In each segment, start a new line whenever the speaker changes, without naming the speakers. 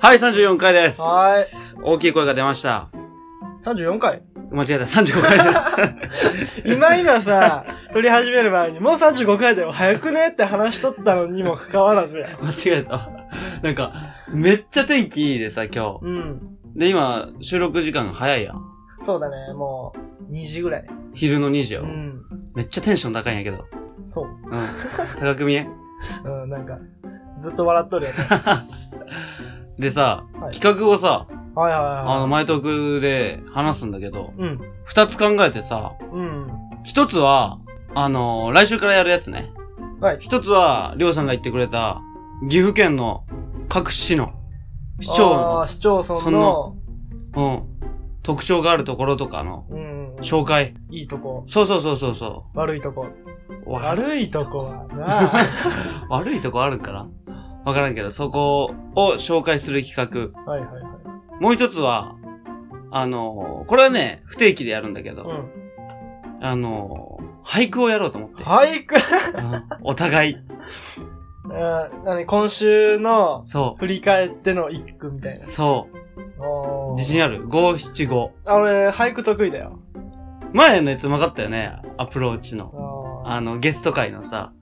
はい、34回です。
は
大きい声が出ました。
34回
間違えた、35回 です。
今今 さ、撮り始める前に、もう35回だよ、早くねって話しとったのにもかかわらずや。
間違えた。なんか、めっちゃ天気いいでさ、今日。
うん。
で、今、収録時間が早いやん。
そうだね、もう、2時ぐらい。
昼の2時
う
よ。
ん。
めっちゃテンション高いんやけど。
そう。
うん。高く見え
うん、なんか、ずっと笑っと るよね。
でさ、
はい
企画をさ、
はいはいはい。
あの、前トークで話すんだけど、
うん。
二つ考えてさ、
うん。
一つは、あの来週からやるやつね。
はい。
一つは、りょうさんが言ってくれた、岐阜県の各市の、市長の
あー市町村
そ
の
の、うん。特徴があるところとかの
うん。
紹介。
いいとこ、
そうそうそうそうそ
悪いとこ。
う。わ
悪いとこは なあ
悪いとこあるんかなわからんけど、そこを紹介する企
はいはいはい。
画。もう一つは、あのーこれはね、不定期でやるんだけど、
うん。
あのー俳句をやろうと思って。
俳句
うんお互い。
うん、なに、今週の、
そ。
振り返っての一句みたいう
そう。
な。おー
自信ある。五七五。
あ、俺、俳句得意だよ。
前のやつうまかったよね。アプローチの。
あ
あの、ゲスト会の さ、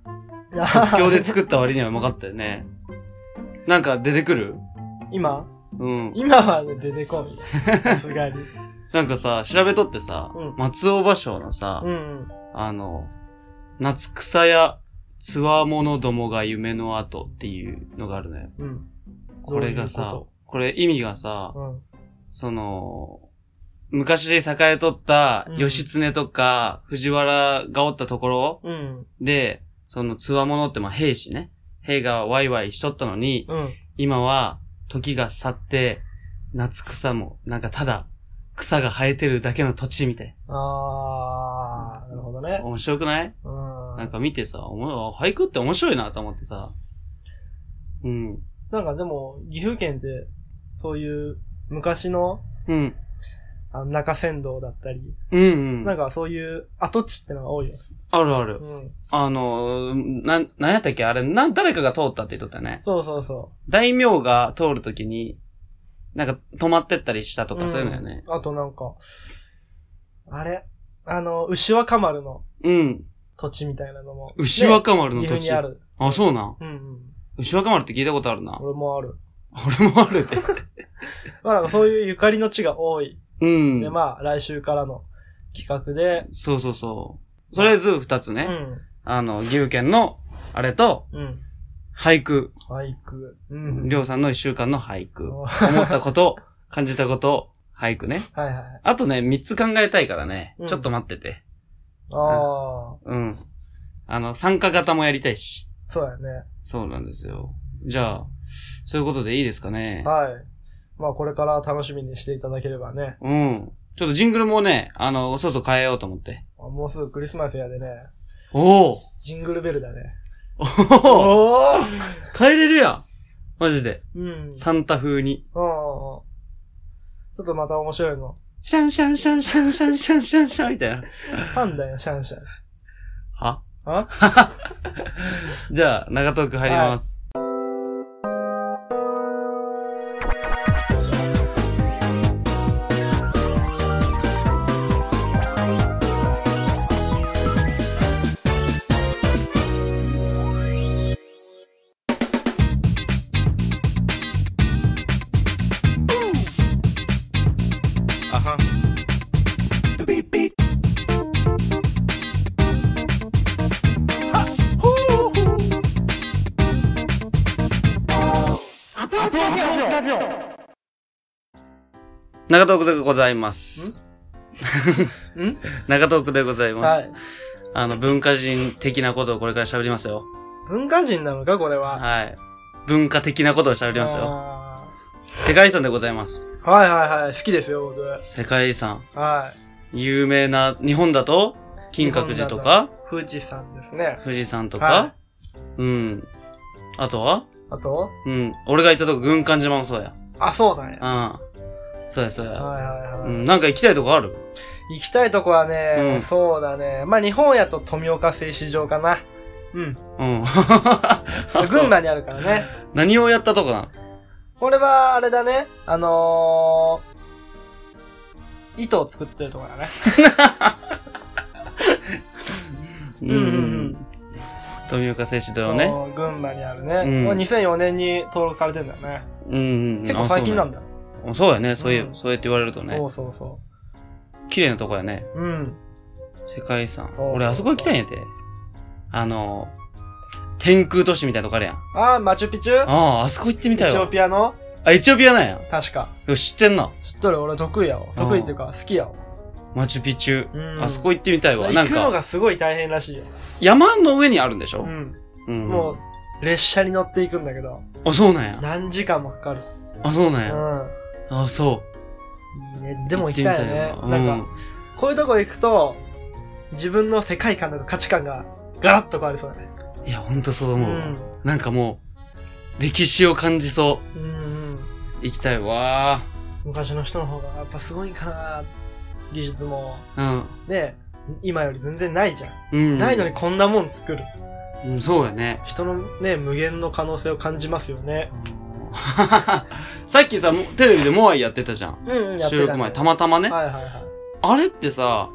ー
即興で作った割にはうまかったよね。なんか出てくる
今
うん。
今はね、出てこんよ。さすがに。
なんかさ、調べとってさ、
うん
松尾芭蕉のさ、
うんうん。
あの、夏草やつわものどもが夢の後っていうのがあるのよ。
うん。
これがさ、
ど
これ意味がさ、
ういうこ
その、昔栄えとった
うん
義経とか藤原がおったところ
と。うん。
で、そのつわものってまあ兵士ね。兵がワイワイしとったのに、
うん。うん。
今は時が去って、夏草もなんかただ草が生えてるだけの土地みたい。
あー、なるほどね。
面白くない
うん。
なんか見てさ、おも俳句って面白いなと思ってさ。うん。
なんかでも、岐阜県って、そういう、昔の、
うん。
あの中山道だったり、
うんうん。
なんかそういう跡地ってのが多いよ。
あるある。
うん。
あのー、な、なんやったっけあれ、な、誰かが通ったって言っとったよね。
そうそうそ
大名が通るときに、なんか止まってったりした
う。
とか、そういうのよね。
うん。あとなんか、あれあの、牛若丸の
うん。
土地みたいなのも。
牛若丸の
岐
土
阜
地。
にある。
あ、そうなん。
うんうん。
牛若丸って聞いたことあるな。
俺もある。
俺もあ るって。
まあなんかそういうゆかりの地が多い。
うん。
で、まあ来週からの企画で、
そうそうそう。とりあえず二つ
う
ね。
ん、
あの、岐阜県の、あれと、
うん、
俳句。
俳句、うん。
りょうさんの一週間の俳句。
お
思
は
ったこと、感じたこと、俳句ね。
いはいはい。
あとね、三つ考えたいからね
う。ん
ちょっと待ってて。
ああ、
うん。あの、参加型もやりたいし。
そうやね。
そうなんですよ。じゃあ、そういうことでいいですかね。
はい。まあこれから楽しみにしていただければね。
うん。ちょっとジングルもね、あの、そうそう変えようと思って。
あもうすぐクリスマスやでね、
おお
ジングルベルだね。
お ー
おお
変えれるやんマジで。
うん。
サンタ風に。
うんうんうんちょっとまた面白いの。
シャンシャンシャンシャンシャンシャンシャンシャンみたいな。
パンダやシャンシャン。
は
あ
じゃあ、長トーク入ります。長トークでございます。
ん
長トークでございま
は
す。
い。
あの、文化人的なことをこれから喋りますよ。
文化人なのかこれは。
はい。文化的なことを喋りますよ。
あ
世界遺産でございます。
ーはいはいはい。好きですよ、僕。は
世界遺産。
い。
有名な、日本だと、金閣寺とか、
富士山ですね。
富士山とか、
は
うん。あとは
あと
うん。俺が行ったとこ、軍艦島もそうや。
あ、そうなんや。
うん。そうや、そうや。
はいはいはい。
うん。なんか行きたいとこある
行きたいとこはね、
うん
そうだね。まあ日本やと富岡製糸場かな。うん。
うん。
群
群
馬にあるからね。
何をやったとこなの
これは、あれだね。あのー、糸を作ってるところだね。
うん
うんうん。
富岡製糸道ね。
うん群馬にあるね。
うん
もう2004年に登録されてんだよね。
うんうん。
結構最近なん
だ。
だ。
あそうやね。そういうう、
ん
そうやって言われるとね
そ。うそうそ
綺麗なとこやね。
う。うん。
世界遺産。
そう
俺、あそこ行きたいんやて。あの、天空都市みたいなとこあるやん。
あー、マチュピチュ
ああ、あそこ行ってみた
エ
い
チオ
わ。
ピアの
あ、エチオピアなんや。
確か。
よし、知ってんな。
知っとる俺得意やわ。得意っていうか、好きやわ。
マチュピチュ。
うん
あそこ行ってみたいわ。な
行
ん
くの
か、
がすごい大変らしいよ。
山の上にあるんでし
う
ょ
ん。
うん
もう、列車に乗っていくんだけど、
あ、そうなんや。
何時間もかかる。
あ、そうなんや。
う
あ、そ
ん。いいね。
う。
でも行きたいよね。
行ってみたいわ
なんか、こういうとこ行くと、自分の世界観とか価値観がガラッと変わりそうだね。
うんいや、ほんとそう
う
思うわ。なんかもう、歴史を感じそ
うんうん。
う。行きたいわ
昔の人の方がやっぱすごいんかな技術も。
ー。
ね今より全然ないじゃん。
うん。うん。
ないのにこんなもん作る。
うん、そうやね。
人のね、無限の可能性を感じますよね。
さっきさ、もテレビでモアイやってたじゃん。
うん、
収録前、たまたまね。
はいはいはい。
あれってさ、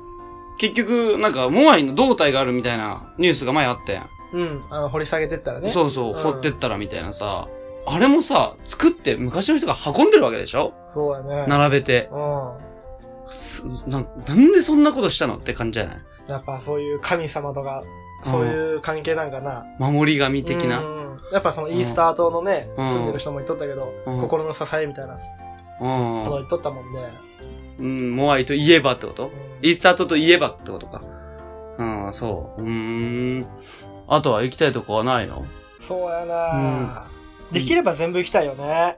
結局、なんか、モアイの胴体があるみたいなニュースが前あったやん。
うん、あの、掘り下げてったらね。
そうそう、
うん
掘ってったらみたいなさ。あれもさ、作って昔の人が運んでるわけでしょ
そうやね。
並べて。
う
すななんでそんなことしたのって感じじゃない
ん。やっぱそういう神様とか、
うん
そういう関係なんかな。
守り神的な。
うんやっぱそのイースター島のね、
うん
住んでる人も言っとったけど、
うん
心の支えみたいな
うん
のを言っとったもんで。
うん、モアイといえばってこと
うん
イースタートといえばってことか。うん、そう。うーん。あとは行きたいとこはないの
そうやな、できれば全部行きたいよね。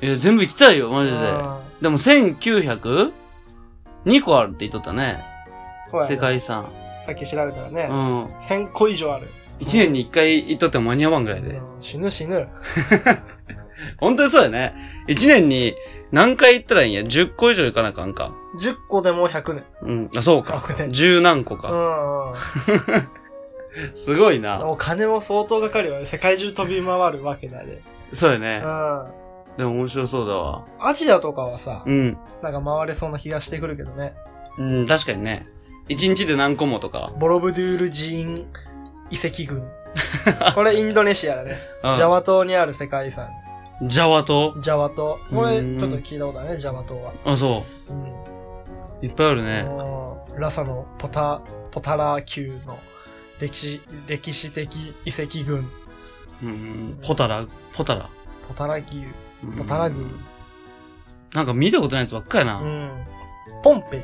いや、全部行きたいよ、マ
う
ジで。
ん
でも1902個あるって言っとったね。
そうやね
世界遺産。
さっき調べたらね
う、ん。
1000個以上ある。
一年に一回行っとっても間に合わんぐらいで。
うん死ぬ死ぬ。
本当にそうだね。一年に何回行ったらいいんや ?10 個以上行かなあかんか。
10個でもう100年。
うん。あ、そうか
100。年
十何個
う
か。
んうん。
すごいな。
お金も相当かかるよね。世界中飛び回るわけだね。
そうや
う
ね。
ん。
でも面白そうだわ。
アジアとかはさ
う、ん。
なんか回れそうな気がしてくるけどね。
うん、確かにね。一日で何個もとか。
ボロブドゥール寺院遺跡 群。これインドネシアだね。
ジ
ジャ。ワ島にある世界遺産。
ジャワ島
ジャワ島。これ
うーん
ちょっと聞いたことあるね、ジャワ島は。
あ、そ
うん。
う。いっぱいあるね。
うんラサのポタ、ポタラ級の歴史、歴史的遺跡群。
うん。ポタラ、ポタラ。
ポタラ級。
うん
ポタラ宮。
なんか見たことないやつばっかやな。
うん。ポンペイ。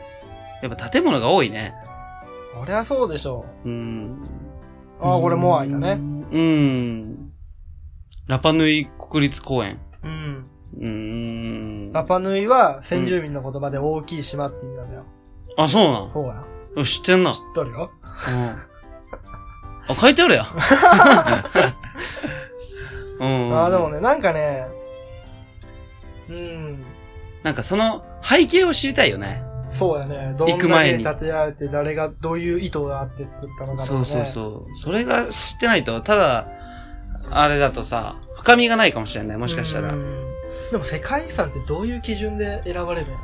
やっぱ建物が多いね。
こりゃそうでしょ
うん。
う。ああ、これモアイだね。
うん。ラパヌイ国立公園。
うん。
うん。
ラパヌイは先住民の言葉で大きい島って意味なんだよ。
あ、そうな
そうや。
の知ってんな。
知っとるよ。
うん。あ、書いてある やん。うん。
ああ、でもね、なんかね、うん。
なんかその背景を知りたいよね。
そうやね。どん
行く
だ
前
け
に
建てられて、誰が、どういう意図があって作ったのかとか
そ
ね。
うそうそう。それが知ってないと、ただ、あれだとさ、深みがないかもしれない、もしかしたら
うん。。でも世界遺産ってどういう基準で選ばれるの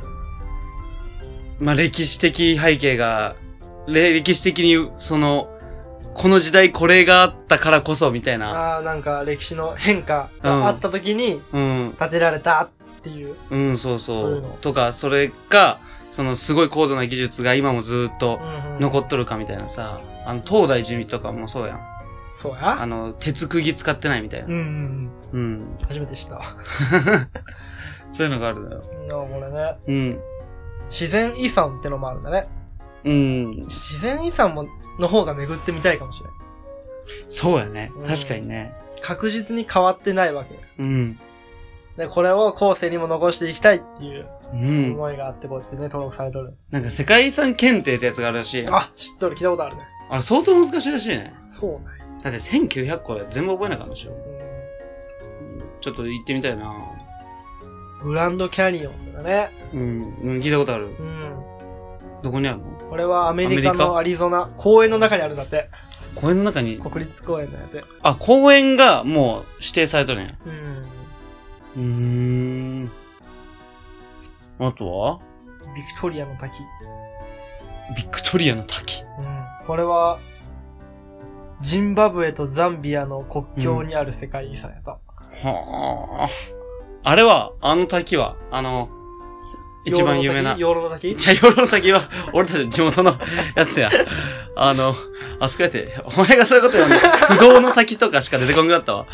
まあ、歴史的背景が、れ歴史的に、その、この時代これがあったからこそ、みたいな。
ああー、なんか歴史の変化があった時に
うん、
建てられたっていう。
うん、そうそ
そういう
う
の。
とか、それが、そのすごい高度な技術が今もずっと
うんうん
残っとるかみたいなさ、あの、東大寺とかもそうやん。
そう
あ
や
の、鉄釘使ってないみたい
うん
な。
うんうん。
うん。
初めて知ったわ。
そういうのがあるのよ。
うんこれね、
うん。
自然遺産ってのもあるんだね。
うん。
自然遺産も、の方が巡ってみたいかもしれない。
そうやね
うん。
確かにね。
確実に変わってないわけ。
うん。
で、これを後世にも残していきたいっていう
うん。
思いがあって、こうやってね、登録されとる。
なんか世界遺産検定ってやつがあるらしいやん。
あ、知っとる、聞いたことあるね。
あれ相当難しいらしいね。
そうね。
だって1900個全部覚えなかったでしょ。ちょっと行ってみたいな
うんグランドキャニオンだね。
うん。うん聞いたことある。
うん。
どこにあるの
これはアメリカ
アメリ
のアリゾナ、公園の中にあるんだって。
公園の中に。
国立公園のやつ。
あ、公園がもう指定されとるんや。
うん。
うーん。あとは
ビクトリアの滝。
ビクトリアの滝。
うん。これは、ジンバブエとザンビアの国境にある世界遺産やった。
はあ。あれは、あの滝は、あの、一番有名な。
養老の滝養老の滝
茶色の滝は、俺たちの地元のやつや。あの、あそこやって、お前がそういうことやんの。不動の滝とかしか出てこんくなったわ。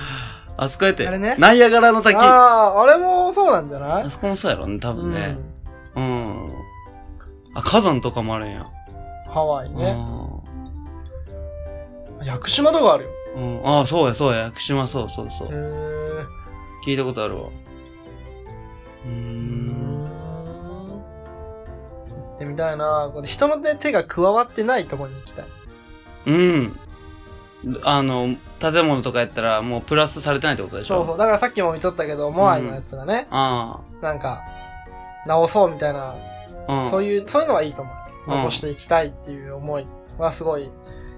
あそこやって、
あれね
ナイアガラの滝。あ
ああ、あれもそうなんじゃない
そこもそうやろね、多分ね。うん。あ、火山とかもあるんや。
うん。ハワイ
う
ね。
ん
屋久島とかあるよ。
うん、ああ、そうや、そうや、屋久島、そうそうそう。
へー
聞いたことあるわ。うーん。
行ってみたいなこれ人のね手が加わってないとこに行きたい。
うん。あの、建物とかやったら、もうプラスされてないってことでしょ
そうそう。だからさっきも見とったけど、モアイのやつがね、
あ
なんか、直そうみたいな、
あ。うん。
そういう、そういうのはいいと思う。
うん
残していきたいっていう思いはすごい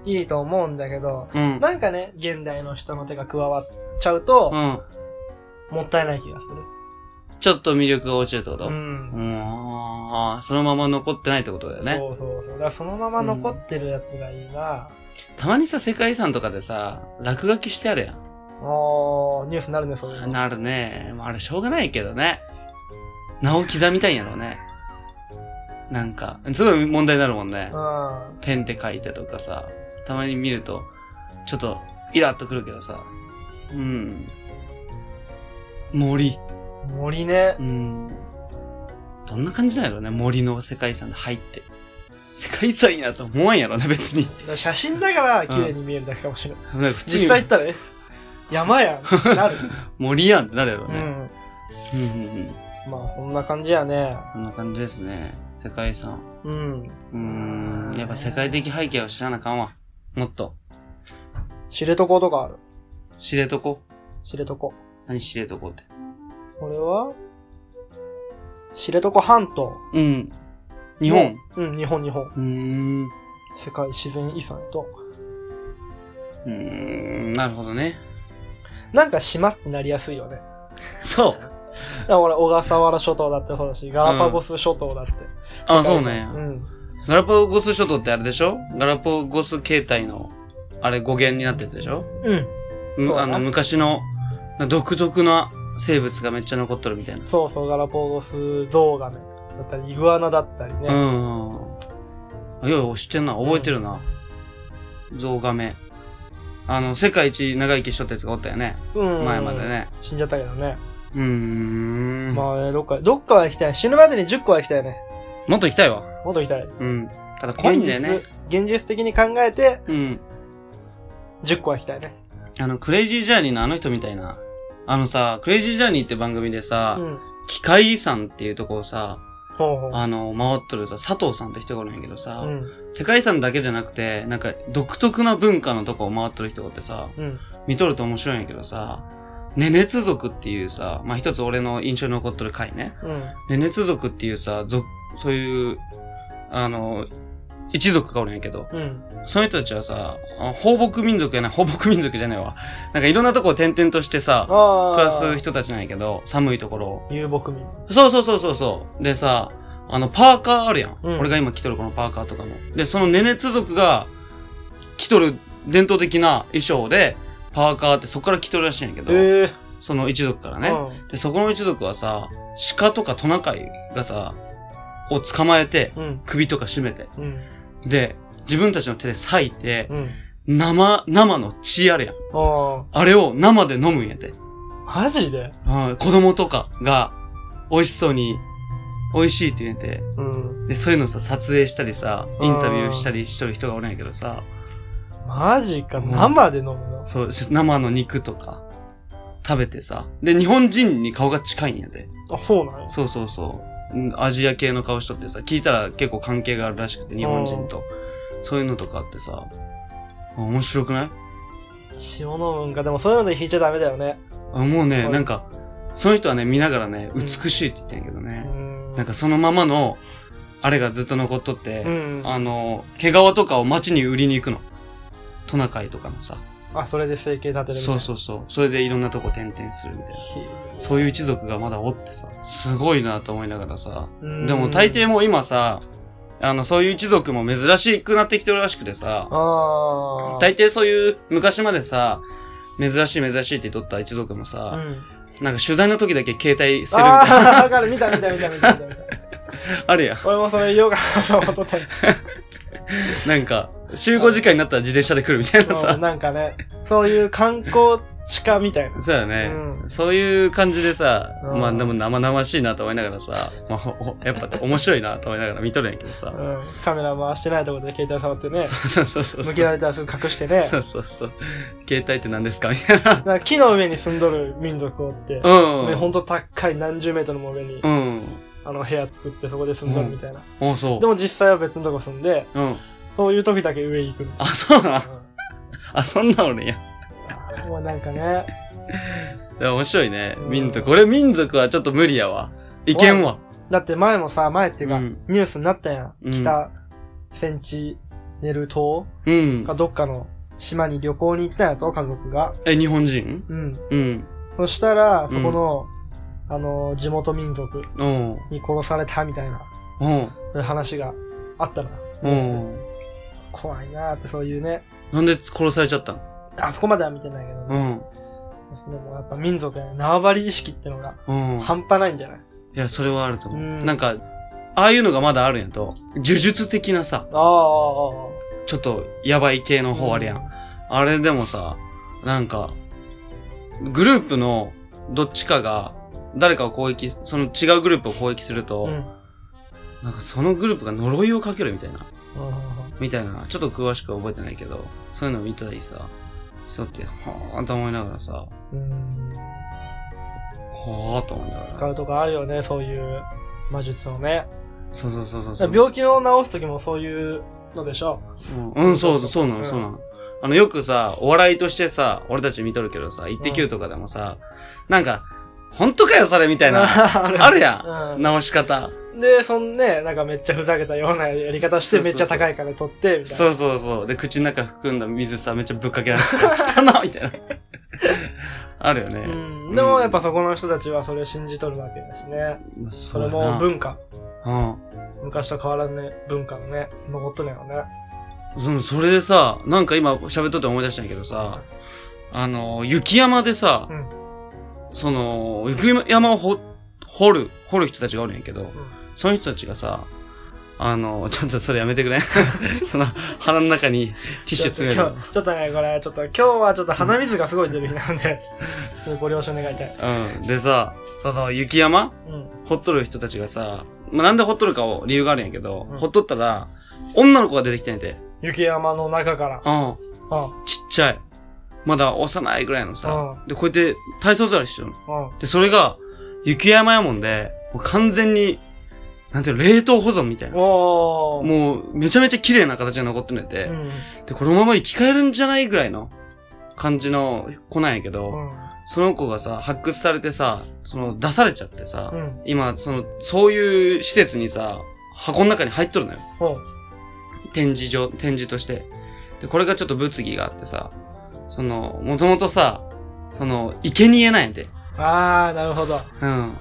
いいと思うんだけど、
うん。
なんかね、現代の人の手が加わっちゃうと
う、ん。
もったいない気がす
ちょっと魅力が落ちるってこと
る。う
うん。
ん。
ああ、そのまま残ってないってことだよね。
そうそうそう。だからそのまま残ってるやつがいいな、
たまにさ、世界遺産とかでさ、落書きしてあるやん。
おー、ニュースになるね、そういうの。
なるね。まあ、あれしょうがないけどね。名を刻みたいんやろうね。なんか、すごい問題になるもんね。
うん。
ペンで書いてとかさ、たまに見ると、ちょっと、イラっとくるけどさ。うん。森。
森ね
う。ん。どんな感じなんやろうね、森の世界遺産で入って。世界遺産やと思わんやろね、別に。
だから写真だから綺麗に見えるだけかもしれない。
なんか普通に
実際行ったら、え山やん。 なる。
森やんってなるやろ
う
ね。
ん。
うん、うん、うん。
まあ、そんな感じやね。
こんな感じですね。世界遺産。
うん。
うーん。やっぱ世界的背景を知らなあかんわ。もっと。
知床とかある。
知れとこ
知床。こ
何知れとこって。
れは知床半島。
うん。日本。
うん、日本、日本。
うーん。
世界自然遺産と。
うーん。なるほど ね。
なんか島ってなりやすいよね。
そう。
だから俺、小笠原諸島だってそうだし、ガラパゴス諸島だって。
あ、そうね。
うん。
ガラパゴス諸島ってあれでしょガラパゴス形態の、あれ語源になってるやつでしょ
うん。
む
そうだ
あ
な
の、昔の、独特な生物がめっちゃ残っとるみたいな。
そうそう、ガラパゴスゾウガメ。だったり、イグアナだったりね。
うん。あいやいや、知ってんな。覚えてるな。ゾウガメ。あの、世界一長生きしとったやつがおったよね。
うん
前まで。ね。
死んじゃったけどね。
うーん。
まあね、どっか、どっかは行きたい。死ぬまでに10個は行きたいね。
もっと行きたいわ。
もっと行きたい。
うん。ただ怖いんだよね。
現実。現実的に考えて、
うん。
10個は行きたいね。
あの、クレイジージャーニーのあの人みたいな。あのさ、クレイジージャーニーって番組で
う
さ、
ん。
機械遺産っていうとこをさ、
ほうほう。
あの、回っとるさ、佐藤さんって人がおるんやけどさ、
うん。
世界遺産だけじゃなくて、なんか独特な文化のとこを回っとる人がおってさ、
うん。
見とると面白いんやけどさ、ネネツ族っていうさ、まあ、一つ俺の印象に残っとる回ね。
うん。
ネネツ族っていうさ、族、そういう、あの、一族がおるんやけど、
うん。
その人たちはさ、あ放牧民族やない、放牧民族じゃないわ。なんかいろんなとこを転々としてさ、
ああ。
暮らす人たちなんやけど、寒いところを。
遊牧民。
そうそうそうそうそう。でさ、あの、パーカーあるやん。
うん
俺が今着とるこのパーカーとかも。で、そのネネツ族が着とる伝統的な衣装で、パーカーってそこから着とるらしいんやけど、
え
その一族から
え。
ね、で、そこの一族はさ、鹿とかトナカイがさ、を捕まえて、
うん。うん。
首とか絞めて。
うん。
で、自分たちの手で裂いて、
うん。
生、生の血あるやん。
あ
あれを生で飲むんやて。
あ。マジで
うん、子供とかが美味しそうに、美味しいって言うんやて。
うん。
で、そういうのさ、撮影したりさ、インタビューしたりしとる人がおるんやけどさ、
マジか。
うん
生で飲むの。
そう、し生の肉とか、食べてさ。で、日本人に顔が近いんやで。
あ、そうなんや。
そうそうそううん。アジア系の顔しとってさ、聞いたら結構関係があるらしくて、日本人と。そういうのとかあってさ、あ面白くない
塩飲むんか。でもそういうので引いちゃダメだよね。
あもうね、
はい
なんか、その人はね、見ながらね、
うん
美しいって言ってんやけど
う
ね。
ん。
なんか、そのままの、あれがずっと残っとって、
うん。
あの、毛皮とかを街に売りに行くの。トナカイとかのさ。
あ、それで生計立てるみたいな。
そうそうそう。それでいろんなとこ転々するみたいな。そういう一族がまだおってさ、すごいなと思いながらさ。
う
でも大抵
も。
もう今さ、あの、そういう一族も珍しくなってきてるらしくてさ、
ああ。
大抵そういう昔までさ、珍しい珍しいって言っとった一族も
う
さ、
ん。
なんか取材の時だけ携帯するみたいな、
ああ、わかる。見た見た見た見た見た見た。
あるやん。
俺もそれ言おうかなと思っとった け
なんか、集合時間になったら自転車で来るみたいな
ど。うん
さ。
なんかね、そういう観光地下みたいな。
そうだね。
う
そういう感じでさ、
うん
まあでも生々しいなと思いながらさ、まあおやっぱ面白いなと思いながら見とるんやけどさ。
うん。カメラ回してないところで携帯触ってね、
そうそうそうそう。
向けられたらすぐ隠してね。
そうそうそう。携帯って何ですかみたいな。
なんか木の上に住んどる民族をって、
うん。
ね、ほんと高い何十メートルも上に、
うん。
あの部屋作ってそこで住んどるみたいな。
おそ
でも実際は別のとこ住んで、
う。うん。
そういう時だけ上行くみた
あ、
い
そうなん。
な。
あ、そんな俺や。
うんもうなんかね、
でも面白いね。
うん
民族。俺民族はちょっと無理やわ。いけんわ。
だって前もさ、前っていうか、
うん
ニュースになったや
うん
ん。北センチネル島
うん
か。どっかの島に旅行に行ったんやと、家族が。
え、日本人
うん。
うん。
そしたら、
う
そ
ん
この、あの、地元民族
うん。
に殺されたみたいな
うん。
そういう話があったのよ。
う
ニュースで
ん。
怖いなーって、そういうね。
なんで殺されちゃったの
あそこまでは見てないけど、
う
ね
ん。
でもやっぱ民族やね、縄張り意識ってのが
うん。
半端ないんじゃない
いや、それはあると思う。
うん
なんか、ああいうのがまだあるんやと、呪術的なさ、
ああ、あ
ちょっとやばい系の
あ
方あるやん。。あれでもさ、なんか、グループのどっちかが、誰かを攻撃、その違うグループを攻撃すると、
うん。うん
なんかそのグループが呪いをかけるみたいな、
うん
みたいな、ちょっと詳しくは覚えてないけど、そういうのを見たりさ、人って、はーんと思いながらさ、
うん。
はーっと思いなが
使
ら。
うとかあるよね、そういう魔術をね。
そうそうそうそうそう。
病気を治すときもそういうのでしょ。
うん、うんそうそう、そうな
う
の、
ん
そうなの。あの、よくさ、お笑いとしてさ、俺たち見とるけどさ、イッテ Q とかでもさ、なんか、本当かよ、それみたいな、あ
あ
る
る
や
うん
直し方。
で、そんね、なんかめっちゃふざけたようなやり方して、
そうそ
め
う
っ
そう
ちゃ高い金取って、みたい
そうそうそう。で、口の中含んだ水さ、めっちゃぶっかけられてさ、汚いみたいな。 あるよ
な。う
ね。
ん。でもやっぱそこの人たちはそれを信じとるわけだしね。
まあ
そ
そ
れ
う
も
やな
文化。
うん。
昔と変わらんね、文化のね、残っとるやろね。
そのそれでさ、なんか今喋っとって思い出したんやけどさ、あの、雪山でさ、
うん
その、雪山を掘掘る、掘る人たちがおるんやけど、その人たちがさ、あの、ちょっとそれやめてく れ。その、鼻の中にティッシュ詰める
ちょっと今日ちょっとね、これ、ちょっと今日はちょっと鼻水がすごい出る日なん で、ご了承願いたい。
の。うん。でさ、その雪山
うん。
掘っとる人たちがさ、まあ、なんで掘っとるかを理由があるんやけど、
うん
掘っとったら、女の子が出てきてんやて。
雪山の中から。
うん。
うん。
ちっちゃい。まだ幼いぐらいのさ。で、こうやって体操座りしてるの。
うん。
で、それが、雪山やもんで、もう完全に、なんていうの、冷凍保存みたいな。
おー。
もう、めちゃめちゃ綺麗な形が残ってんねんて。
うん。
で、このまま生き返るんじゃないぐらいの感じの子なんやけど、
うん。
その子がさ、発掘されてさ、その出されちゃってさ、
うん。
今、その、そういう施設にさ、箱の中に入っとるのよ。
ほう
展示場、展示として。で、これがちょっと物議があってさ、その、もともとさ、その、生贄なんやで。
あー、なるほど。
うん。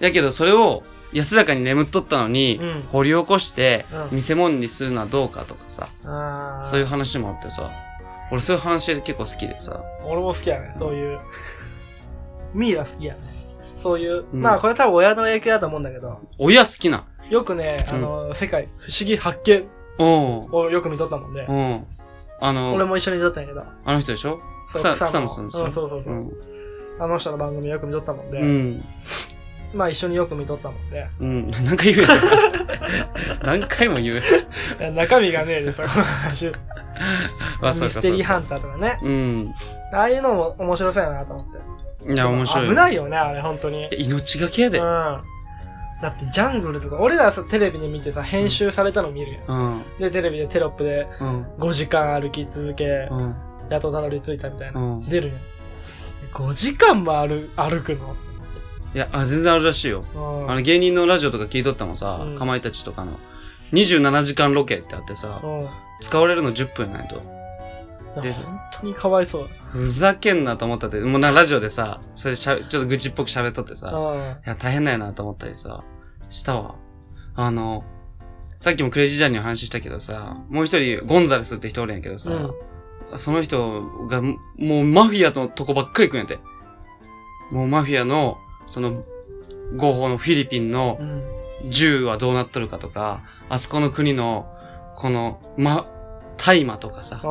やけど、それを安らかに眠っとったのに、
うん
掘り起こして、
うん
見せ物にするのはどうかとかさ、
あー。
そういう話もあってさ、俺そういう話結構好きでさ。
俺も好きやね、そういう。ミイラ好きやね。そういう、
うん
まあこれ多分親の影響だと思うんだけど、
親好きな。
よくね、あの、世界、不思議発見
おう
をよく見とったもんで、
うん。あ
俺
の、
も一緒に見とったんやけど、
あの人でしょ
そう
草草野さんですよ
うそうそう
う
そう、
ん。
あの人の番組よく見とったもんで、
うん。
まあ一緒によく見とったもんで、
うん。 何回言うやん何回も言うやん。
え中身がねえでさ、この話。ミ
あ、そう
ス
か
テ
そ
リー
うか。
ハンターとかね。
うん。
ああいうのも面白そうやなと思って。
いや、面白い。
危ないよね、あれ、本当に。
いや命がけや
うん。
で。
だってジャングルとか、俺らさ、テレビで見てさ、編集されたの見るやん。
うん。
で、テレビでテロップで
うん。
5時間歩き続け
う、ん。
やっとたどり着いたみたいな。
うん
出るやん。5時間も歩歩くの、
いや、あ、全然あるらしいよ。
うん、
あの、芸人のラジオとか聞いとったもんさ
う、ん
かまいたちとかの。27時間ロケってあってさ
う、ん。
使われるの10分やないと。
いや
で
本当にかわいそう。
ふざけんなと思ったって、もうなラジオでさ、それでしゃべちょっと愚痴っぽく喋っとってさ、
う
いや、大変だよなと思ったりさ、したわ。あの、さっきもクレイジージャーニーの話したけどさ、もう一人、ゴンザレスって人おるんやけどさ、その人が、もうマフィアのとこばっかり行くんやて。もうマフィアの、その、合法のフィリピンの
ん。うん。
銃はどうなっとるかとか、あそこの国の、この、ま、大麻とかさ、
あ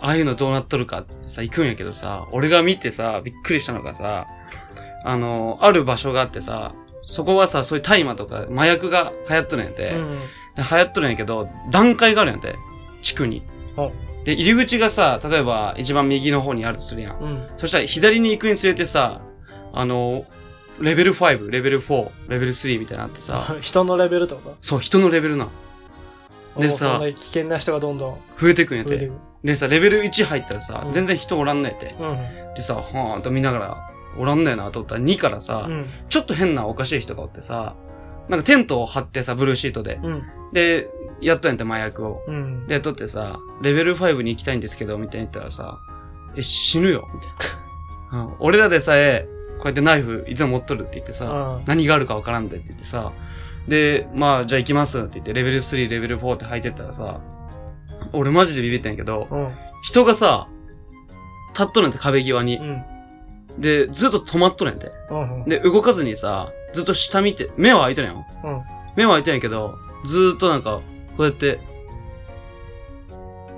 あ。
ああいうのどうなっとるかってさ、行くんやけどさ、俺が見てさ、びっくりしたのがさ、あの、ある場所があってさ、そこはさ、そういう大麻とか麻薬が流行っとるんやて、
うん。
で流行っとるんやけど、段階があるんやて、地区に
は。
で、入り口がさ、例えば一番右の方にあるとするやん。
うん。
そしたら左に行くにつれてさ、あの、レベル5、レベル4、レベル3みたいなのあってさ、
人のレベルとか。
そう、人のレベルなの、で
もう
さ
そんな危険な人がどんどん
増えてくんや
増えてい
て。
く。
でさ、レベル1入ったらさ
う、ん
全然人おらんないて。
うん。
でさ、はーんと見ながら、おらんねえなと思ったら、2からさ、
うん。
ちょっと変なおかしい人がおってさ、なんかテントを張ってさ、ブルーシートで。
うん。
で、やったんやって麻薬を。
うん。
で、取ってさ、レベル5に行きたいんですけど、みたいに言ったらさ、え、死ぬよ、みたい な。うん俺らでさえ、こうやってナイフいつも持っとるって言ってさ、
うん
何があるかわからんでって言ってさ、で、まあ、じゃあ行きますって言って、レベル3、レベル4って入ってったらさ、俺マジでビビったんやけど、
うん。
人がさ、立っとるんやて壁際に
う。ん。
で、ずっと止まっとるんやて。
うん。
で、動かずにさ、ずっと下見て、目は開いてないよ。
うん
目は開いてないけど、ずーっとなんか、こうやって、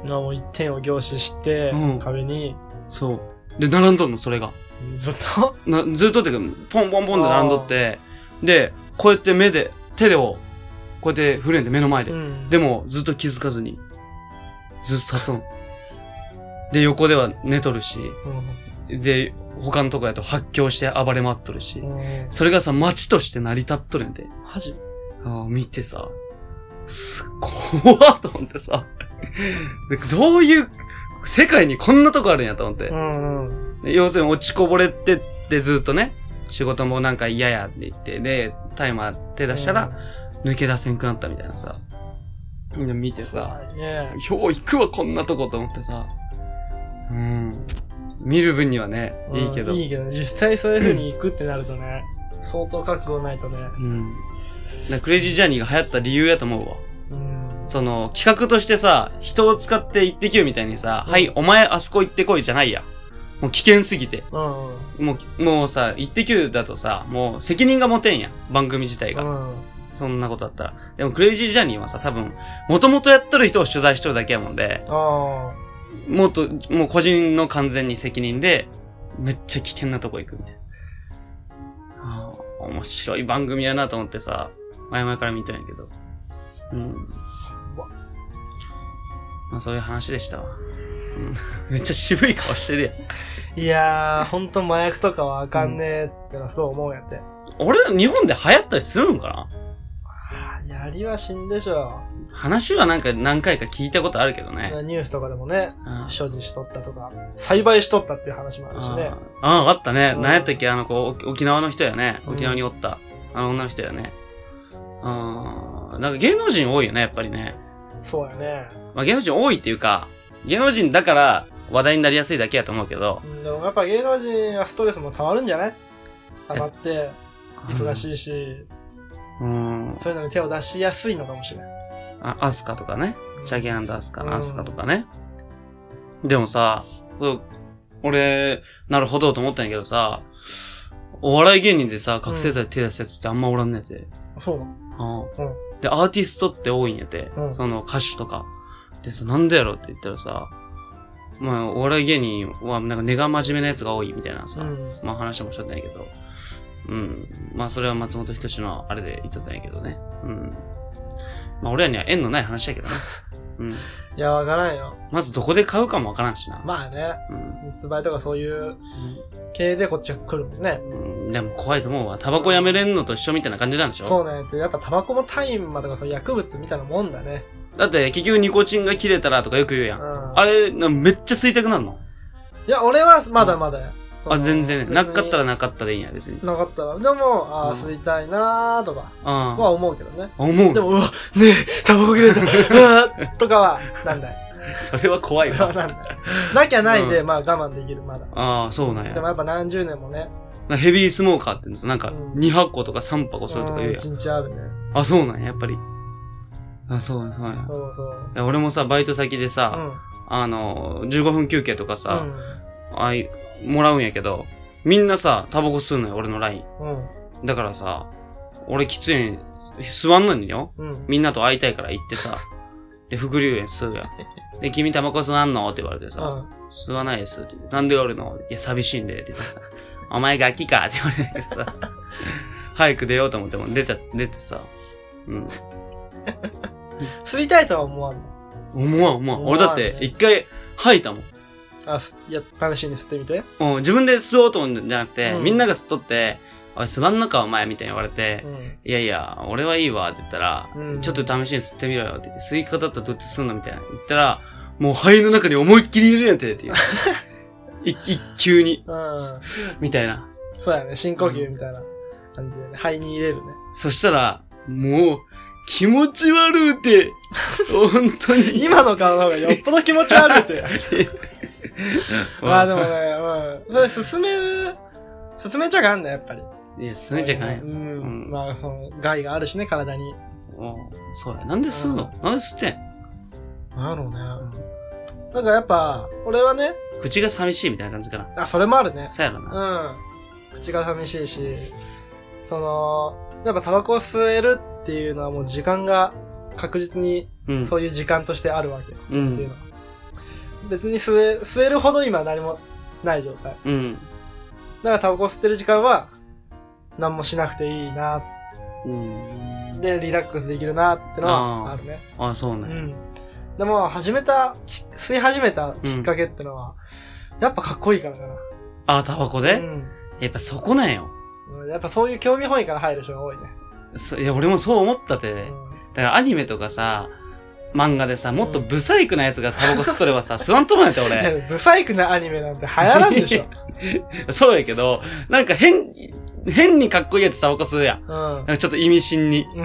まあもう一点を凝視して、
うん
壁に
そう。で、並んどんの、それが。
ずっと、
なずーっとってか、ポンポンポンって並んどって、で、こうやって目で、手でを、こうやって振るんやて、目の前で。
ん
でも、ずっと気づかずに、ずっと立っとん。で、横では寝とるし、で、他のとこやと発狂して暴れ回っとるし、
うん、うん
それがさ、街として成り立っとるんやて。
マジ
ああ見てさ、すっ怖っと思ってさ、でどういう、世界にこんなとこあるんやと思って
う。んうん
で要するに落ちこぼれてってずっとね、仕事もなんか嫌やって言って、で、タイマー手出したら、抜け出せんくなったみたいなさ。で見てさ、
うんね
よう行くわこんなとこと思ってさ、うん。見る分にはね、
うん
いいけど。
いいけど実際そういう風に行くってなるとね相当覚悟ないとね
うん。だからクレイジージャーニーが流行った理由やと思うわ。
うん
その、企画としてさ、人を使って行ってきよみたいにさ、
うん
はい、お前あそこ行ってこいじゃないや。もう危険すぎて。
うんうん
もう、もうさ、行ってきよだとさ、もう責任が持てんや。番組自体
う
が。
ん
そんなことだったら。でも、クレイジージャーニーはさ、多分、もともとやっとる人を取材しとるだけやもんで、
あ
もっと、もう個人の完全に責任で、めっちゃ危険なとこ行くみたいな。ああ、面白い番組やなと思ってさ、前々から見たんやけど。うん。まあそういう話でしたわ。うん、めっ ちゃ渋い顔してるやん。
ーいやーほんと麻薬とかはあかんねえってのはすごい思うんやって、
俺ら日本で流行ったりするんかな
あーやりは死んでしょ、
話はなんか何回か聞いたことあるけどね。
ニュースとかでもね
うん
所持しとったとか栽培しとったっていう話もあるし
あ
ね
ーあー、あったね。
うん
何やったっけあの子、沖沖縄の人やね。
うん
沖縄におった。あの女の人やね。あーなんか芸能人多いよね、やっぱりね。
そうやね
まあ芸能人多いっていうか、芸能人だから話題になりやすいだけやと思うけど
う。んでもやっぱ芸能人はストレスもたまるんじゃないたまって忙
い。
しいし、
うん。
そういうのに手を出しやすいのかもしれない。
あ、アスカとかね。チャゲアンドアスカ
うん
のアスカとかね。でもさ、そう俺、なるほどと思ったんやけどさ、お笑い芸人でさ、覚醒剤手出したやつってあんまおらんねえて。
そうなの
ああ
うん
で、アーティストって多いんやて、
うん
その歌手とか。でさ、なんでやろって言ったらさ、まあ、お笑い芸人は、なんか根が真面目なやつが多いみたいなさ、
うん
まあ話もしとったんやけど、うん。まあそれは松本人志のあれで言っとったんやけどね。うん。まあ俺らには縁のない話やけど ね。うん。
いや、わからんよ。
まずどこで買うかもわからんしな。
まあね、
うん
密売とかそういう系でこっちが来るもんね。
うん。でも怖いと思うわ。タバコやめれんのと一緒みたいな感じなんでしょ
そうね。でやっぱタバコもタイマーとかそういう薬物みたいなもんだね。
だって結局ニコチンが切れたらとかよく言うや。
うんん。
あれ、なめっちゃ吸いたくなるの
いや、俺はまだまだよ。
あ、全然、なかったら
な。
なかったでいいんや、別に。
なかったら。でも、ああ、
うん
吸いたいなーとか
あ
は
あ。
思うけどね。
思う
で。も、うわ、 ねえ、タバコ切れた、うわーとかは、なんない。
それは怖いわ。
なんない。なきゃないで、
うん
まあ我慢できる、まだ。
ああ、そうなん
で
や
も。やっぱ何十年もね。
ヘビースモーカーって言うんですよ。なんか
うん、
2箱とか3箱するとか言うやん
一。日あるね。
あ、そうなんや、やっぱり。あ、そう、そうやい
そうそう。
や。俺もさ、バイト先で
う
さ、
ん。
あの、15分休憩とか
う
さ、
ん
あい、もらうんやけど、みんなさ、タバコ吸うのよ、俺のライ
うん。
ン。だからさ、俺喫煙、吸わんのによ。
うん。
みんなと会いたいから行って さ、で、副流煙吸うやん。で、君タバコ吸わんのって言われてさ、吸わないですって言って。なんで言われるのいや、寂しいんで、って言ってさ。お前ガキかって言われるけどさ。 早く出ようと思っても、出た、出てさ。うん。
吸いたいとは思わんの。
思わん、思わん。俺だっ
思わん
て、
ね
一回吐いたもん。
あ、すいや、試しに吸ってみて。
うん自分で吸おうと思うんじゃなくて、
うん
みんなが吸っとって、おい、吸わんのか、お前、みたいに言われて、
うん。
いやいや、俺はいいわ、って言ったら、
うん
ちょっと試しに吸ってみろよって言って、吸い方だったらどうやって吸うのみたいな。言ったら、もう肺の中に思いっきり入れるやんて、っていう。一気、急に、
うん。
みたいな。
そうやね。深呼吸みたいな感じでね。肺に入れるね。
そしたら、もう、気持ち悪う て、本当に。
今の顔の方がよっぽど気持ち悪 いって。まあでもね、うん。それ進める、進めちゃかんね、やっぱり。
いや、吸めちゃいかない。
うん。
うん
まあ、その害があるしね、体に。
うんそうや。なんで吸うのなんで吸ってん
なるほどね。なんかやっぱ、俺はね、
口が寂しいみたいな感じかな。
あ、それもあるね。
そうやろ
う
な。
ん。口が寂しいし、その、やっぱタバコを吸えるっていうのはもう時間が確実に
うん。
そういう時間としてあるわけよ。
う。
っていうんのは別に吸え、吸えるほど今何もない状態。
うん。
だからタバコ吸ってる時間は何もしなくていいな、
うん。
で、リラックスできるなってのはあるね。
あ、そう
う
ね。
ん。でも、始めた、き吸い始めたきっかけってのは、やっぱかっこいいからかな。
あ、タバコ
う
で
ん
やっぱそこなんよ。
うん。やっぱそういう興味本位から入る人が多いね。
そいや、俺もそう思ったて。だからアニメとかさ、漫画でさ、もっとブサイクなやつがタバコ吸っとればさ、吸わんともんやって
うんい
俺。
や、ブサイクなアニメなんて流行らんでしょ。
そうやけど、なんか変、変にかっこいいやつタバコ吸うやん。
うん
なんかちょっと意味深に
うん。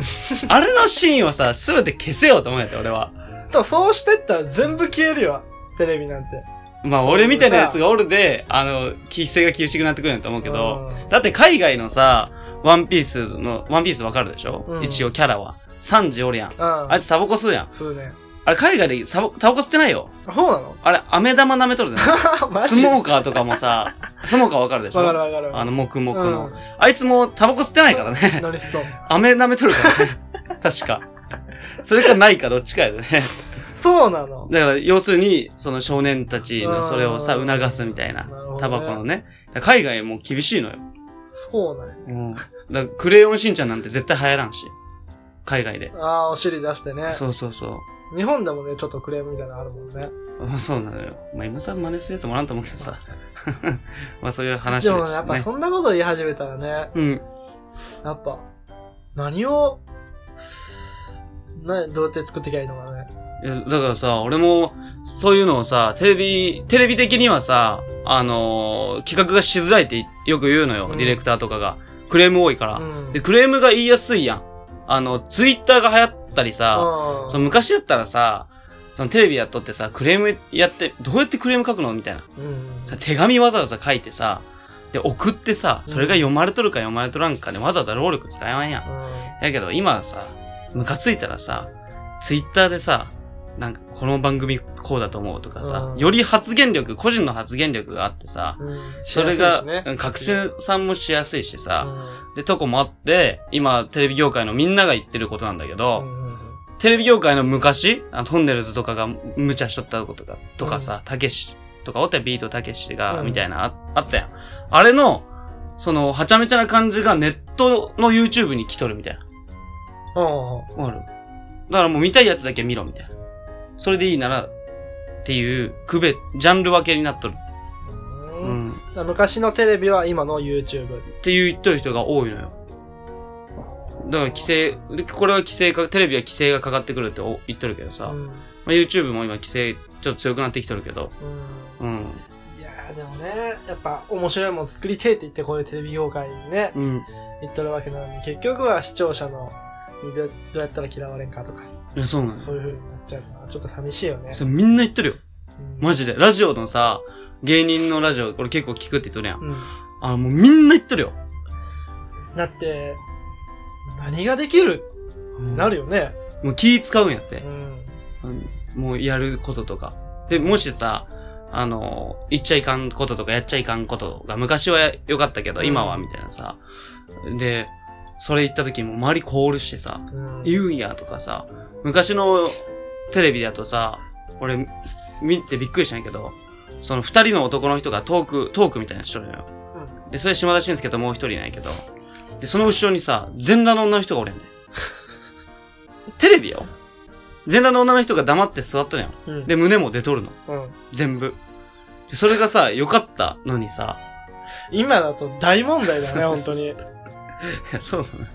あれのシーンはさ、すべて消せようと思うんやって、俺は。。
と、そうしてったら全部消えるよ。テレビなんて。
まあ、俺みたいなやつがおるで、あの、規制が厳しくなってくるんやと思うけど、だって海外のさ、ワンピースの、ワンピースわかるでしょ、
うん
一応キャラは。サンジおるやん。
うん。うん。
あいつタバコ吸うやん。
そうね。
あれ海外でサボタバコ吸ってないよ。
あそうなの
あれ、飴玉舐めとるでね。
マ
ス
ジ
モ
わ
ーカーとかも さ、スモーカーわかるでしょ
かるわかる。
あの、黙々の。
うん、
あいつもタバコ吸ってないから ね。
ノリストーン。
飴舐めとるからね。確か。それかないかどっちかやでね。
そうなの。
だから、要するに、その少年たちのそれをさ、
うん
促すみたいな
なるほど。ね
タバコのね。だから海外も厳しいのよ。
そうなんや
うん。だからクレヨンしんちゃんなんて絶対流行らんし。海外で。
ああ、お尻出してね。
そうそうそ
日本でもね、ちょっとクレームみたいなのあるもんね。
う。まあそうなのよ。まあ今さ、真似するやつもおらんと思うけど さ。まあそういう話
で
で
も
し
ね、や
た
っぱ
ね。
そんなこと言い始めたらね、
うん。
やっぱ、何を、な、どうやって作ってきゃいいのかね。
いやだからさ、俺も、そういうのをさ、テレビ、テレビ的にはさ、あのー企画がしづらいってよく言うのよ、
うん
ディレクターとかが。クレーム多いから。
うん。
で、クレームが言いやすいやん。あの、ツイッターが流行ったりさ、
うん
その昔だったらさ、そのテレビやっとってさ、クレームやって、どうやってクレーム書くのみたいな。
うん。
さ、手紙わざわざ書いてさ、で、送ってさ、それが読まれとるか読まれとらんかで、わざわざ労力使えまんやん。
うん
やけど今はさ、ムカついたらさ、ツイッターでさ、なんかこの番組こうだと思うとかさ
う、ん
より発言力、個人の発言力があってさ、
うん。
それが、
しやすいしね
うん学生さんもしやすいし
う
さ、
ん
で、とこもあって、今、テレビ業界のみんなが言ってることなんだけ
う
ど、
んうん
テレビ業界の昔、あトンネルズとかが無茶しとったことか、とかさ、たけしとか、おったよビートたけしが、
うん
みたいな、ああったやん。あれの、その、はちゃめちゃな感じがネットの YouTube に来とるみたいな。
うん。
ある。だからもう見たいやつだけ見ろみたいな。それでいいなら、っていう、区別、ジャンル分けになっとる。う
うん。
ん。
だから昔のテレビは今の YouTube。
っていう言っとる人が多いのよ。だから規制、でこれは規制か、テレビは規制がかかってくるってお言っとるけどさ、
う
ま
ん。
あ、YouTube も今規制ちょっと強くなってきとるけど、
うん
うん。
いやーでもね、やっぱ面白いもん作りてえって言ってこういうテレビ業界にね、
うん。
言っとるわけなのに、結局は視聴者の、どうどうやったら嫌われんかとか、
いや、そうなの
そう
よ。
いう風になっちゃうのはちょっと寂しいよね。
それみんな言ってるよ。マジで。ラジオのさ、芸人のラジオ、俺結構聞くって言っとるやん。
うん。
あの、もうみんな言っとるよ。
だって、何ができるなるよね。
もう気使うんやって
う。ん。
もうやることとか。で、もしさ、あの、言っちゃいかんこととかやっちゃいかんことが昔は良かったけど、
うん
今はみたいなさ。で、それ言った時にもう周りコールしてさ、
うん。
言うんやとかさ、昔のテレビだとさ、俺、見てびっくりしたんやけど、その二人の男の人がトーク、トークみたいなのしとるのよ。で、それ島田紳介ともう一人なんやけど、で、その後ろにさ、全裸の女の人がおるんね テレビよ全裸の女の人が黙って座っとるやん。
うん。
で、胸も出とるの。
うん、
全部。でそれがさ、良かったのにさ、
今だと大問題 だね、
そう
本当に。うん
いやそうだね。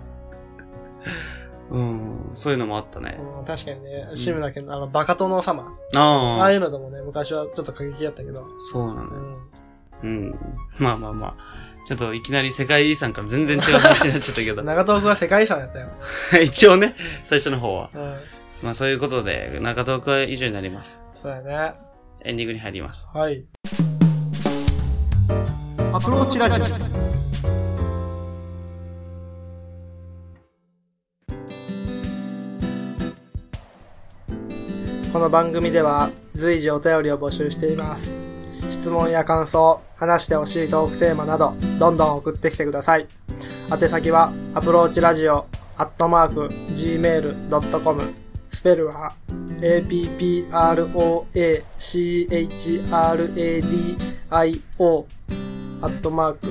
うん、そういうのもあったね。
確かにね、志村けんの、あの、バカ殿様。あ
あ
あ
あ、
いうのでもね、昔はちょっと過激だったけど。
そうなのよう
う。ん。
ん。まあまあまあ。ちょっといきなり世界遺産から全然違う話になっちゃったけど。
長東区は世界遺産だったよ。
一応ね、最初の方は。
うん。
まあそういうことで、中東区は以上になります。
そうだよね。
エンディングに入ります。
はい。アプローチラジオ。この番組では随時お便りを募集しています。質問や感想、話してほしいトークテーマなど、どんどん送ってきてください。宛先は、アプローチラジオ、アットマーク、gmail.com、スペルは、approachradio アットマーク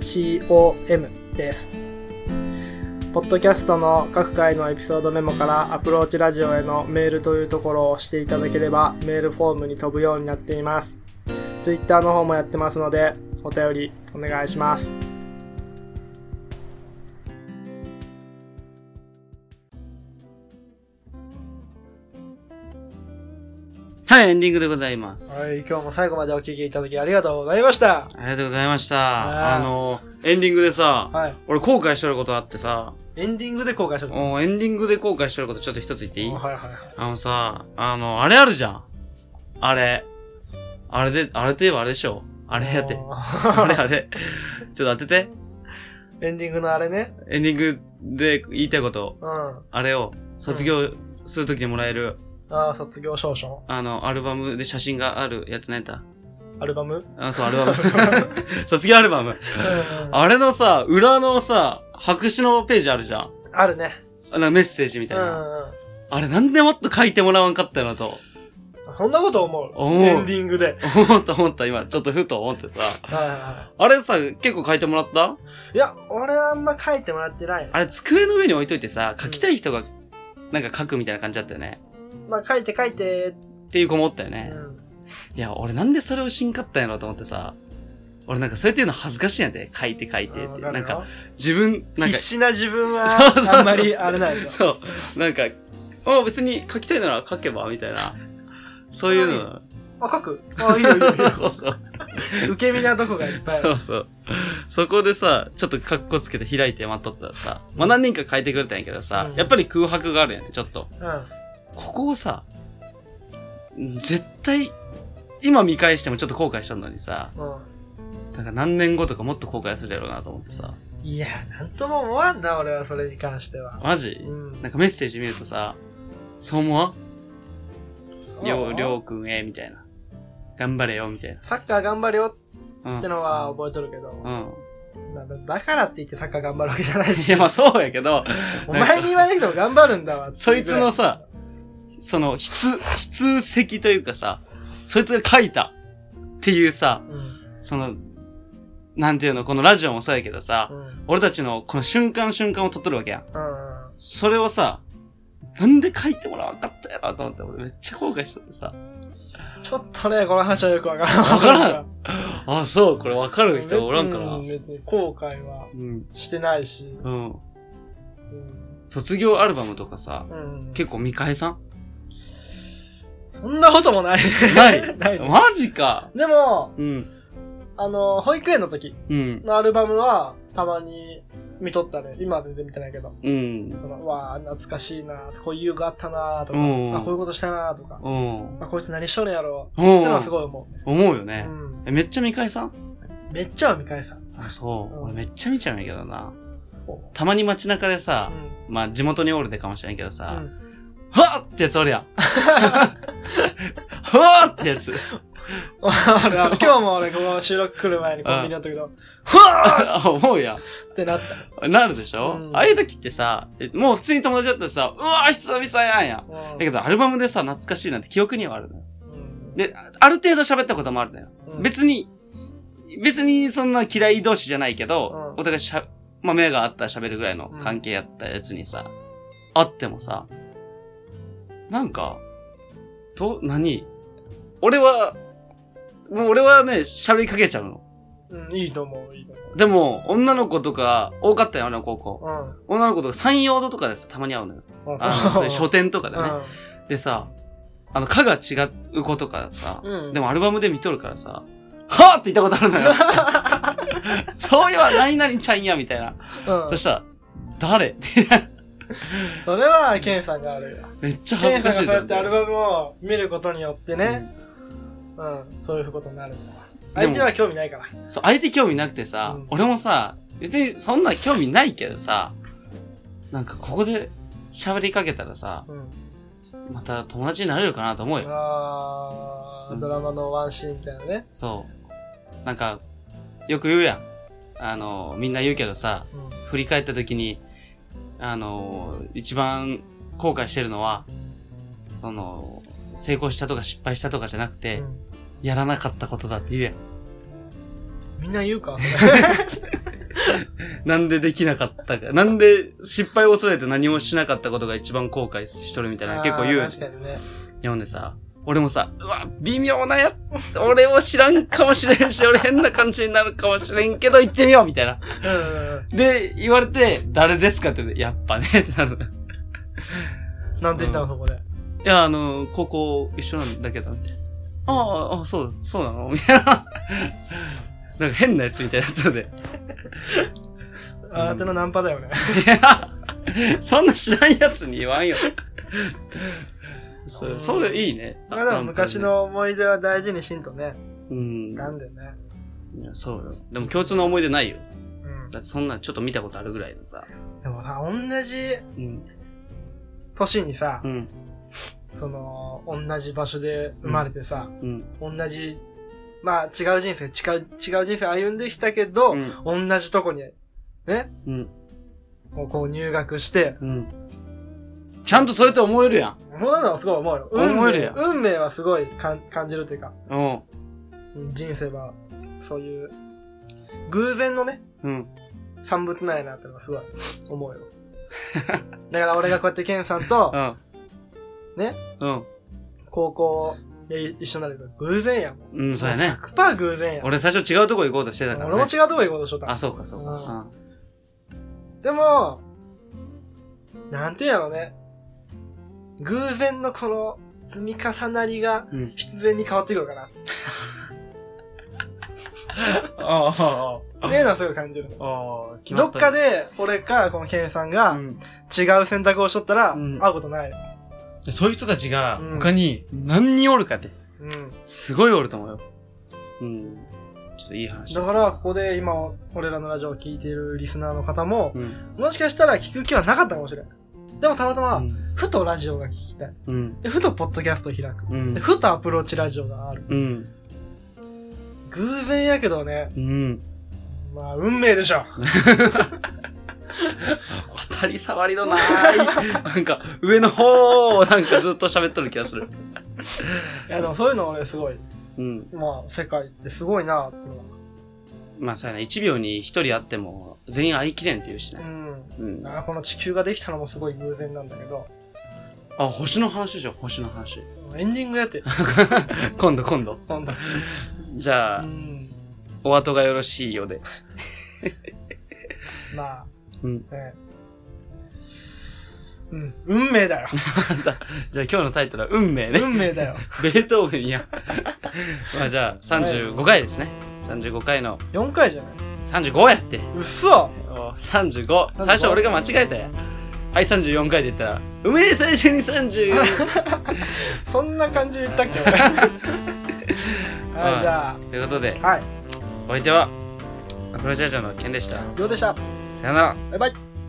gmail.com です。ポッドキャストの各回のエピソードメモからアプローチラジオへのメールというところを押していただければメールフォームに飛ぶようになっています。ツイッターの方もやってますのでお便りお願いします。
はい、エンディングでございます。
はい、今日も最後までお聞きいただきありがとうございました。
ありがとうございまし
あ
た。
ー
あの、エンディングでさ、
はい。
俺後悔してることあってさ、
エンディングで公開しとく。
おエンディングで後悔してることちょっと一つ言っていい
はいはいはい。
あのさ、あの、あれあるじゃん。あれ。あれで、あれといえばあれでしょ。あれやって。あれあれ。ちょっと当てて。
エンディングのあれね。
エンディングで言いたいこと、
うん。あ
あれを卒業するときにもらえる、
あ、卒業証書。
あの、アルバムで写真があるやつなんだ。
アルバム
あ、 そう、アルバム。卒業アルバム。
あ
あれのさ、裏のさ、白紙のページあるじゃん。
あるね。
あなんかメッセージみ
う
たい
ん
な。
うん。
あれなんでもっと書いてもらわんかったなと。
そんなこと思う。
思う
エンディングで。
思った思った、今。ちょっとふと思ってさ。
はいはいは
あれさ、結構書いてもらった
い。いや、俺はあんま書いてもらってない。
あれ机の上に置いといてさ、書きたい人が、なんか書くみたいな感じだったよね。
まあ書いて書いて、
っていう子もおったよ
う
ね。
ん。
いや、俺なんでそれをしんかったんやろと思ってさ。俺なんかそうやって言うの恥ずかしいんやで。書いて書いてって。
わ
なん
るよ
か、自分、なんか
必、死な自分
そうそうそう
は、あんまりあれないよ。
そう。なんか、あ別に書きたいなら書けば、みたいな。そういうの。
あ、書くあ、いいよいいよいい よ。
そうそう。
受け身なとこがいっぱいあ
そ
る。
うそう。そこでさ、ちょっとカッコつけて開いて待っとったらさ、まあ何人か書いてくれたんやけどさ、
うん
やっぱり空白があるんやって、ちょっと。
うん。
ここをさ、絶対、今見返してもちょっと後悔しとんのにさ、
うん
なんか何年後とかもっと後悔するやろうなと思ってさ、
いや、なんとも思わんな、俺はそれに関しては。
マジ
うん。
なんかメッセージ見るとさ、そう思わんりょう、りょうくんへ、みたいな。頑張れよ、みたい
サッカー頑張れよ
な。
ってのは覚えとるけど、
うん。うん。
だだからって言ってサッカー頑張るわけじゃな い
い
し
や、、まあそうやけど、
お前に言わなくても頑張るんだわってう
そいつのさ、その、筆、筆跡というかさ、そいつが書いたっていうさ
う、ん、
その、なんていうの、このラジオもそうやけどさ
う、ん、うん、
俺たちのこの瞬間瞬間を撮っとるわけやん。
うん
それをさ、なんで書いてもらわんかったやろと思って、俺めっちゃ後悔しとってさ。
ちょっとね、この話はよくわからん。
わからあ、そう、これわかる人おらんか
う
な。
別に後悔は
うん。
してないし、
うん。
うん、
卒業アルバムとかさ、
うん、
結構見返さん
そんなこともない。
ない
ない。
マジか
でも、
うん。
あの、保育園の時
うん。
のアルバムは、たまに見とったね。今は全然見てないけど。
うん。
そのうわあ懐かしいなーこういう遊具あったなーとか、
うん
あ、こういうことしたなーとか、
うん。
あ、こいつ何しとるやろ
う
うってのは
ん
す。ごい思うね。
思うよ
う
ね。
ん。
えめっちゃ見返さん
めっちゃは見返さん。
あ、そう
うん。
俺めっちゃ見ちゃうんやけどな。
そう
たまに街中でさ
う、ん。
まあ地元におるでかもしれんけど
う
さ、
ん
はっってやつおるやん。はっってやつ。
あるある今日も俺、この収録来る前にコンビニだったけど、ふわ
あ思うやん。
ーってなった。
なるでしょ、
うん
ああいう時ってさ、えもう普通に友達だったらさ、うわー久々やんやん。
う
だ
ん
けどアルバムでさ、懐かしいなんて記憶にはあるのよ。
うん
で、あある程度喋ったこともあるのよ。
うん
別に、別にそんな嫌い同士じゃないけど、
うん
お互いしゃ、まあ、目があったら喋るぐらいの関係やったやつにさ、会ってもさ、なんか、と、何俺は、もう俺はね、喋りかけちゃうの。
うん、いいと思う、いいと
でも、女の子とか、多かったよ、俺の高校。
思う。
女の子とか、山陽堂とかでさ、たまに会うのよ。
うん。
あの、そういう書店とかでね。
ね。
でさ、あの、科が違う子とかさ、
うん。
でもアルバムで見とるからさ、はぁって言ったことあるの よ。そういえば何々ちゃんや、みたいな。
うん
そしたら、誰って
それは、ケンさんがあるよ。
めっちゃ 恥
ケ
ず
ンさ
か
ん
し
が
い
そう
と
や
思って
っ
て。
アルバムを見ることによってね、うん、そういうことになるんだ。相手は興味ないから。
うん。そう、相手興味なくてさ、
うん
俺もさ、別にそんな興味ないけどさ、なんかここで喋りかけたらさ、
うん。
また友達になれるかなと思うよ。
あー
うん
ドラマのワンシーンみたいなね。
そう。なんか、よく言うやん。あの、みんな言うけどさ、
うん。
振り返った時に、あの、一番後悔してるのは、その、成功したとか失敗したとかじゃなくて、
うん
やらなかったことだって言うやん。
みんな言 うか、それ
なんでできなかったか。なんで失敗を恐れて何もしなかったことが一番後悔しとるみたいな結構言う
あ
や
ー
ん。
確かにね。
読んでさ、俺もさ、うわ、微妙なやつ、俺を知らんかもしれんし、俺変な感じになるかもしれんけど行ってみようみたいな。
うんうんう
で、言われて、誰ですかって言って、やっぱね、ってなる。
ん。なんて言ったの、そこで。
いや、あの、高校一緒なんだけど、みたいな。ああ、あそう、そうなの みたいな。なんか変なやつみたいだったので。
あなたのナンパだよね。
いや、そんな知らんやつに言わんよ。そううんそれいいね。
まあでも昔の思い出は大事にしんとね。
うん。
なんでね。
いやそうよ。でも共通の思い出ないよ。
うん。
だってそんなちょっと見たことあるぐらいのさ。
でもさ、同じ
うん。
年にさ
う、ん。
その、同じ場所で生まれてさ、
うん。
同じ、まあ違う人生、違う、違う人生歩んできたけど、
うん。
同じとこに、ね、
うん。
こうこう入学して、
うん。ちゃんとそうやって思えるやん。
もうなのはすごい思うよ。
思
運
える
命
やん
運命はすごいかん感じるというか、
うん。
うん人生は、そういう、偶然のね、
うん。
産物なんやなってのがすごい思 うよ。だから俺がこうやってケンさんと
うん。
ね
うん。
高校で一緒になるけど、偶然やもん。
うん、そうやね。
100%偶然やん。
俺最初違うとこ行こうとしてたから
俺
ね。
も違うとこ行こうとしとった
あ、。そうか、そうか。
でも、なんていうんやろね。偶然のこの積み重なりが
うん。うん。
必然に変わってくるかな。
ああ、
っていうのはすごい感じるの。
ああ、
どっか
で、
で俺かこのケンさん
う
が
ん。
違う選択をしとったら
うん
会うことないよ。
でそういう人たちが
うん
他に何人おるかって、
うん。
すごいおると思うよ。うん。ちょっといい話
だ。からここで今俺らのラジオを聞いているリスナーの方も
う、ん。
もしかしたら聞く気はなかったかもしれない。でもたまた
う
ま、
ん
ふとラジオが聞きたい。
うん。
でふとポッドキャストを開く。
う
で
ん。
ふとアプローチラジオがある。
うん。
偶然やけどね、
うん。
まあ運命でしょ。
当たり障りのない。なんか、上の方をなんかずっと喋っとる気がする。
いやでもそういうの俺すごい、
うん。
まあ世界ってすごいなって思
まあそうやな、1秒に1人あっても全員会いきれんって言うし
う。う
ね。
ん。
うん。
あこの地球ができたのもすごい偶然なんだけど、
あ、星の話でしょ、星の話。
エンディングやって、
今度今度。
今 度。
じゃ
う
あ、
ん。
お後がよろしいようで。
まあ、
うん。
ね。うん。運 命だよ。
じゃあ今日のタイトルは運命ね。
運命だよ。
ベートーベンや。 まあじゃあ、35回ですね。35回の、
4回じゃない
35やって。
嘘
お35。最初俺が間違えたよ。はい、34回で言ったら、うめえ、最初に 30!
そんな感じで言ったっけ はい、じゃ
ということで、
あ、はい。
お相手は、アプロチャージャーのケンでした。
どうでした
さよなら。
バイバイ。